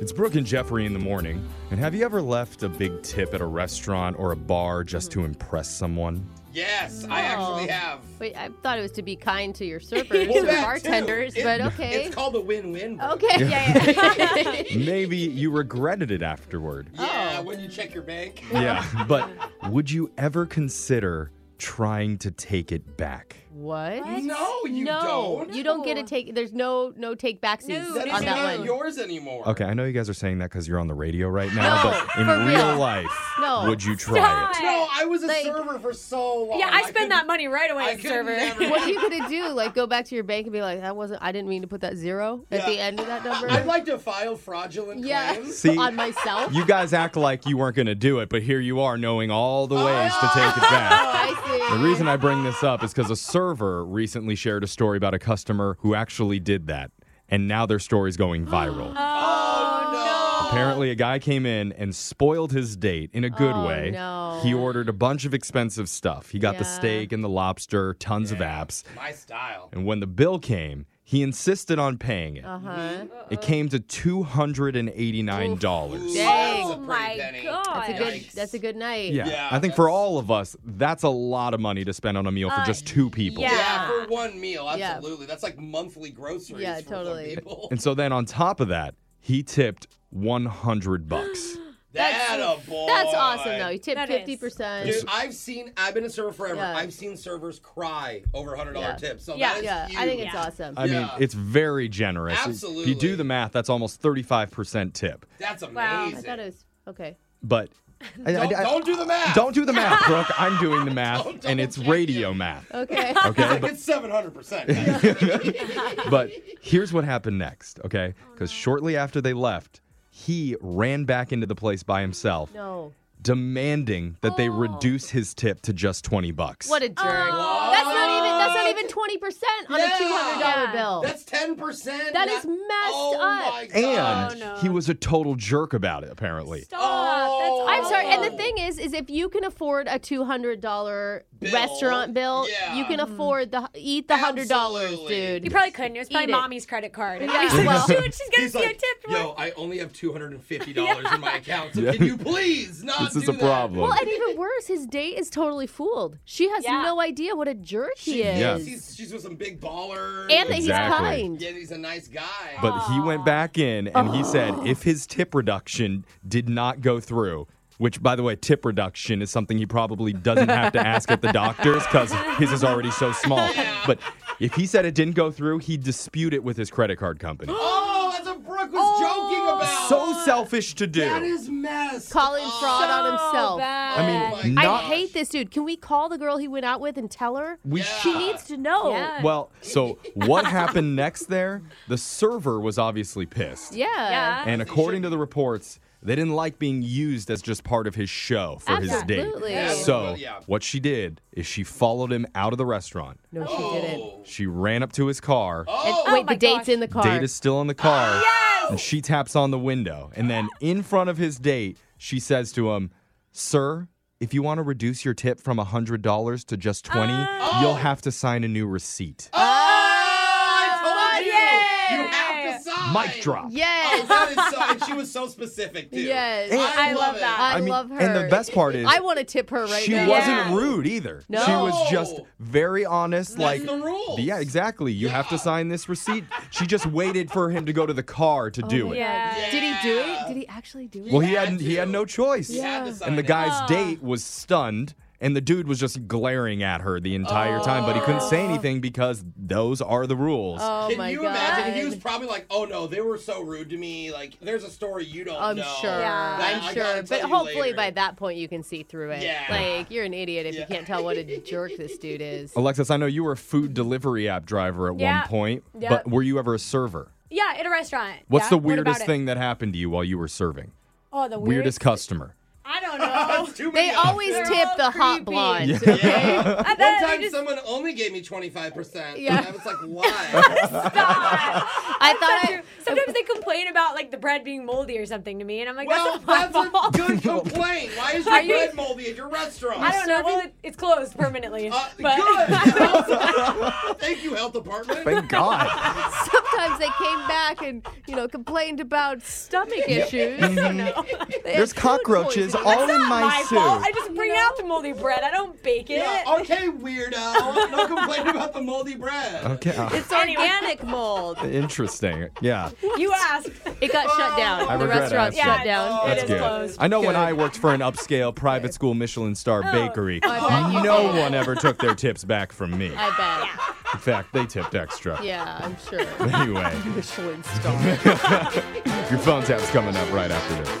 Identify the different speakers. Speaker 1: It's Brooke and Jeffrey in the morning. And have you ever left a big tip at a restaurant or a bar just to impress someone?
Speaker 2: Yes, I actually
Speaker 3: Oh.
Speaker 2: have.
Speaker 3: Wait, I thought it was to be kind to your servers
Speaker 2: Well,
Speaker 3: or
Speaker 2: that
Speaker 3: bartenders,
Speaker 2: too. It-
Speaker 3: but okay.
Speaker 2: It's called a win-win. Brooke.
Speaker 3: Okay. Yeah, yeah.
Speaker 1: Maybe you regretted it afterward.
Speaker 3: Oh.
Speaker 2: Yeah, when you check your bank.
Speaker 1: Yeah, but would you ever consider trying to take it back?
Speaker 3: what?
Speaker 4: What?
Speaker 2: No, you
Speaker 3: no,
Speaker 2: don't.
Speaker 3: you don't get a
Speaker 4: No.
Speaker 3: take. There's no no take backsies
Speaker 4: No,
Speaker 2: That
Speaker 4: That's
Speaker 3: on
Speaker 2: isn't
Speaker 3: that
Speaker 2: even
Speaker 3: one.
Speaker 2: yours anymore.
Speaker 1: Okay, I know you guys are saying that because you're on the radio right now,
Speaker 3: No,
Speaker 1: but in
Speaker 3: for
Speaker 1: real,
Speaker 3: real.
Speaker 1: life,
Speaker 3: No.
Speaker 1: would you try it?
Speaker 4: Stop.
Speaker 2: No, I was a
Speaker 3: Like-
Speaker 2: server for so long.
Speaker 4: Yeah, I spend that
Speaker 2: Oh, couldn't-
Speaker 4: money right away
Speaker 2: I
Speaker 4: at the
Speaker 2: couldn't
Speaker 4: server.
Speaker 2: never-
Speaker 3: What are you gonna do? Like go back to your bank and be like, that wasn't. I didn't mean to put that zero at the
Speaker 2: Yeah.
Speaker 3: end of that number.
Speaker 2: I'd like to file fraudulent
Speaker 3: yeah,
Speaker 2: claims.
Speaker 1: See,
Speaker 3: on myself.
Speaker 1: You guys act like you weren't going to do it, but here you are knowing all the ways to take it
Speaker 3: Oh,
Speaker 1: back.
Speaker 3: I see.
Speaker 1: The reason I bring this up is because a server recently shared a story about a customer who actually did that, and now their story's going viral.
Speaker 2: Oh,
Speaker 1: Apparently, a guy came in and spoiled his date in a good
Speaker 3: Oh,
Speaker 1: way.
Speaker 3: no.
Speaker 1: He ordered a bunch of expensive stuff. He got the
Speaker 3: Yeah.
Speaker 1: steak and the lobster, tons of apps.
Speaker 2: My style.
Speaker 1: And when the bill came, he insisted on paying it.
Speaker 3: Uh huh.
Speaker 1: It came to $289.
Speaker 3: Dang.
Speaker 2: That's a
Speaker 4: Oh
Speaker 2: pretty
Speaker 4: my
Speaker 2: penny.
Speaker 4: God.
Speaker 3: That's a good.
Speaker 2: Mm-hmm. Yikes.
Speaker 3: That's a good night.
Speaker 1: Yeah.
Speaker 2: Yeah,
Speaker 1: I think for
Speaker 2: that's-
Speaker 1: all of us, that's a lot of money to spend on a meal for
Speaker 4: Uh,
Speaker 1: just two people.
Speaker 4: yeah.
Speaker 2: Yeah. for one meal,
Speaker 3: Yeah.
Speaker 2: absolutely. That's like monthly groceries
Speaker 3: Yeah,
Speaker 2: for some
Speaker 3: totally.
Speaker 2: people.
Speaker 1: And so then on top of that, he tipped 100 bucks.
Speaker 2: That
Speaker 3: That's-
Speaker 2: a boy.
Speaker 3: That's awesome, though. You tip
Speaker 4: That is.
Speaker 3: fifty percent.
Speaker 2: Dude, I've seen. I've been a server forever.
Speaker 3: Yeah.
Speaker 2: I've seen servers cry over hundred dollar
Speaker 3: Yeah.
Speaker 2: tips. So
Speaker 4: Yeah.
Speaker 2: that is
Speaker 3: Yeah,
Speaker 2: huge.
Speaker 3: I think it's
Speaker 4: Yeah.
Speaker 3: awesome.
Speaker 1: I mean,
Speaker 2: Yeah.
Speaker 1: it's very generous. If you
Speaker 2: Absolutely.
Speaker 1: do the math, that's almost 35% tip.
Speaker 2: That's amazing.
Speaker 4: Wow. I
Speaker 3: I thought it was okay.
Speaker 1: But I- I-
Speaker 2: Don't,
Speaker 1: I-
Speaker 2: don't do the math.
Speaker 1: don't do the math, Brooke. I'm doing the math,
Speaker 2: Don't-
Speaker 1: and
Speaker 2: don't
Speaker 1: it's
Speaker 2: check
Speaker 1: radio
Speaker 2: it.
Speaker 1: math.
Speaker 3: Okay.
Speaker 1: Okay?
Speaker 2: Like it's seven hundred percent.
Speaker 1: But here's what happened next, okay? Because shortly after they left, he ran back into the place by himself,
Speaker 3: No.
Speaker 1: demanding that they
Speaker 4: Oh.
Speaker 1: reduce his tip to just 20 bucks.
Speaker 3: What a jerk.
Speaker 4: Oh.
Speaker 3: That's not even that's not even twenty percent on
Speaker 2: Yeah.
Speaker 3: a two hundred dollar
Speaker 4: Yeah.
Speaker 3: bill.
Speaker 2: That's ten percent.
Speaker 3: That is messed
Speaker 2: oh
Speaker 3: up.
Speaker 2: My God.
Speaker 1: and
Speaker 4: Oh, no.
Speaker 1: he was a total jerk about it, apparently.
Speaker 4: Stop.
Speaker 2: Oh.
Speaker 4: That's
Speaker 3: I'm sorry. And the
Speaker 2: Oh.
Speaker 3: thing is, is if you can afford a two hundred dollar
Speaker 2: Bill.
Speaker 3: restaurant bill,
Speaker 2: Yeah.
Speaker 3: you
Speaker 4: Mm-hmm.
Speaker 3: can afford the eat the hundred dollars,
Speaker 2: Absolutely.
Speaker 3: dude.
Speaker 4: You probably couldn't. It was
Speaker 3: Eat
Speaker 4: probably
Speaker 3: it.
Speaker 4: mommy's credit card. And
Speaker 3: Yeah.
Speaker 4: she's like,
Speaker 3: Well-
Speaker 4: shoot, she's gonna
Speaker 2: He's
Speaker 4: see a
Speaker 2: like,
Speaker 4: tip.
Speaker 2: yo, I only have two hundred and fifty dollars in my account. So can you please not
Speaker 1: This is
Speaker 2: do
Speaker 1: a
Speaker 2: that?
Speaker 1: problem.
Speaker 3: well, and even worse, his date is totally fooled. She has
Speaker 4: Yeah.
Speaker 3: no idea what a jerk he
Speaker 2: She,
Speaker 3: is,
Speaker 1: Yeah.
Speaker 2: she's, she's with some big ballers.
Speaker 3: and
Speaker 1: Exactly.
Speaker 3: that he's kind.
Speaker 2: Yeah, he's a nice guy.
Speaker 1: But he went back in and he said
Speaker 3: Oh.
Speaker 1: if his tip reduction did not go through, which by the way, tip reduction is something he probably doesn't have to ask at the doctor's because his is already so small.
Speaker 2: Yeah.
Speaker 1: But if he said it didn't go through, he'd dispute it with his credit card company.
Speaker 2: oh, that's what Brooke was
Speaker 3: Oh.
Speaker 2: joking about.
Speaker 1: so selfish to do.
Speaker 2: that is mess.
Speaker 3: Calling fraud
Speaker 4: So
Speaker 3: on himself.
Speaker 4: bad.
Speaker 1: I
Speaker 2: Oh my
Speaker 1: mean,
Speaker 3: I
Speaker 1: not
Speaker 3: hate this dude. Can we call the girl he went out with and tell her?
Speaker 1: we
Speaker 2: Yeah.
Speaker 3: She needs to know.
Speaker 4: Yeah.
Speaker 1: Well, so what happened next there? The server was obviously pissed.
Speaker 3: Yeah.
Speaker 4: Yeah.
Speaker 1: And according to the reports, they didn't like being used as just part of his show for
Speaker 3: Absolutely.
Speaker 1: his
Speaker 3: Yeah.
Speaker 1: date. So,
Speaker 2: Yeah.
Speaker 1: what she did is she followed him out of the restaurant.
Speaker 3: No, she
Speaker 2: oh.
Speaker 3: didn't.
Speaker 1: She ran up to his car.
Speaker 3: And,
Speaker 2: Oh.
Speaker 3: wait,
Speaker 4: my
Speaker 3: the date's
Speaker 4: gosh.
Speaker 3: in the car. Ah,
Speaker 1: Date is still in the car. And she taps on the window. And then, in front of his date, she says to him, Sir, if you want to reduce your tip from $100 to just 20
Speaker 3: Ah. Oh.
Speaker 1: you'll have to sign a new receipt.
Speaker 2: Oh, I told you.
Speaker 4: Yay.
Speaker 2: You have to sign.
Speaker 1: Mic drop.
Speaker 2: Oh,
Speaker 3: yes.
Speaker 2: that is so, and she was so specific too.
Speaker 3: Yes.
Speaker 2: I,
Speaker 4: I
Speaker 2: love
Speaker 4: love
Speaker 2: it.
Speaker 4: that.
Speaker 3: I,
Speaker 1: mean,
Speaker 3: love her.
Speaker 1: and the best part is-
Speaker 3: I want to tip her right
Speaker 1: she
Speaker 3: now.
Speaker 1: wasn't
Speaker 4: Yeah.
Speaker 1: rude either.
Speaker 3: No.
Speaker 1: She was just very honest. like
Speaker 2: the rules.
Speaker 1: Yeah, exactly. You have to
Speaker 2: Yeah.
Speaker 1: sign this receipt. She just waited for him to go to the car to do it.
Speaker 4: Oh, Yeah.
Speaker 3: Did he do it?
Speaker 2: Yeah.
Speaker 3: Did he actually do it?
Speaker 1: Well, he
Speaker 2: Yeah,
Speaker 1: had he had
Speaker 2: dude.
Speaker 1: no choice.
Speaker 2: He had to sign
Speaker 1: And the
Speaker 2: it.
Speaker 4: Oh.
Speaker 1: guy's date was stunned, and the dude was just glaring at her the entire time, but he couldn't say
Speaker 4: Oh.
Speaker 1: anything because those are the rules.
Speaker 3: oh
Speaker 2: Can
Speaker 3: my
Speaker 2: you
Speaker 3: god.
Speaker 2: imagine? He was probably like, "Oh no, they were so rude to me. Like, there's a story you don't
Speaker 3: I'm
Speaker 2: know."
Speaker 3: sure.
Speaker 4: Yeah.
Speaker 2: That
Speaker 3: I'm
Speaker 2: I gotta
Speaker 3: sure.
Speaker 2: tell
Speaker 3: But
Speaker 2: you
Speaker 3: hopefully
Speaker 2: later.
Speaker 3: by that point you can see through it.
Speaker 2: Yeah.
Speaker 3: Like you're an idiot if
Speaker 2: Yeah. Oh.
Speaker 3: you can't tell what a jerk this dude is.
Speaker 1: Alexis, I know you were a food delivery app driver at
Speaker 4: Yeah.
Speaker 1: one point,
Speaker 4: Yeah.
Speaker 1: but were you ever a server?
Speaker 4: Yeah, at a restaurant.
Speaker 1: What's
Speaker 4: Yeah,
Speaker 1: the
Speaker 4: what about
Speaker 1: weirdest
Speaker 4: it?
Speaker 1: thing that happened to you while you were serving?
Speaker 4: Oh, the
Speaker 1: Weirdest customer.
Speaker 4: I don't know.
Speaker 2: That's too
Speaker 3: They
Speaker 2: many options.
Speaker 3: always
Speaker 4: They're
Speaker 3: tip
Speaker 4: all
Speaker 3: the hot
Speaker 4: creepy.
Speaker 3: blondes.
Speaker 1: Yeah.
Speaker 3: Okay?
Speaker 4: I
Speaker 2: One
Speaker 4: bet
Speaker 2: time,
Speaker 4: they just
Speaker 2: someone only gave me 25%.
Speaker 3: Yeah.
Speaker 2: And I was like, why?
Speaker 4: stop.
Speaker 3: I thought I,
Speaker 4: Sometimes- Sometimes they complain about like the bread being moldy or something to me, and I'm like,
Speaker 2: well,
Speaker 4: that's not
Speaker 2: that's
Speaker 4: my
Speaker 2: a
Speaker 4: fault.
Speaker 2: good complaint. Why is
Speaker 4: Are
Speaker 2: your
Speaker 4: you-
Speaker 2: bread moldy at your restaurant?
Speaker 4: I don't know. Well, it, it's closed permanently.
Speaker 2: Uh,
Speaker 4: but
Speaker 2: Good. Thank you, health department.
Speaker 1: Thank God.
Speaker 3: sometimes they came back and you know complained about stomach issues.
Speaker 2: Mm-hmm.
Speaker 3: You know, They had
Speaker 1: There's
Speaker 3: food
Speaker 1: cockroaches
Speaker 3: poisoning.
Speaker 1: all in my,
Speaker 4: my
Speaker 1: suit.
Speaker 4: fault. I just bring out the moldy bread. I don't bake it.
Speaker 2: Yeah, oh, okay, weirdo. No complaint about the moldy bread.
Speaker 1: Okay. uh,
Speaker 3: It's organic mold.
Speaker 1: interesting. Yeah.
Speaker 4: You asked.
Speaker 3: It got
Speaker 2: Oh.
Speaker 3: shut down.
Speaker 1: I
Speaker 3: the
Speaker 1: regret
Speaker 3: restaurant
Speaker 1: asking.
Speaker 3: shut down.
Speaker 4: Yeah,
Speaker 1: That's
Speaker 4: it is
Speaker 1: good.
Speaker 4: closed.
Speaker 1: I know when
Speaker 3: Good.
Speaker 1: I worked for an upscale private school Michelin star bakery,
Speaker 3: bet you
Speaker 1: no
Speaker 3: did.
Speaker 1: one ever took their tips back from me.
Speaker 3: I bet.
Speaker 1: In fact, they tipped extra.
Speaker 3: Yeah, I'm sure.
Speaker 1: Anyway,
Speaker 3: Michelin star.
Speaker 1: your phone tap's coming up right after this.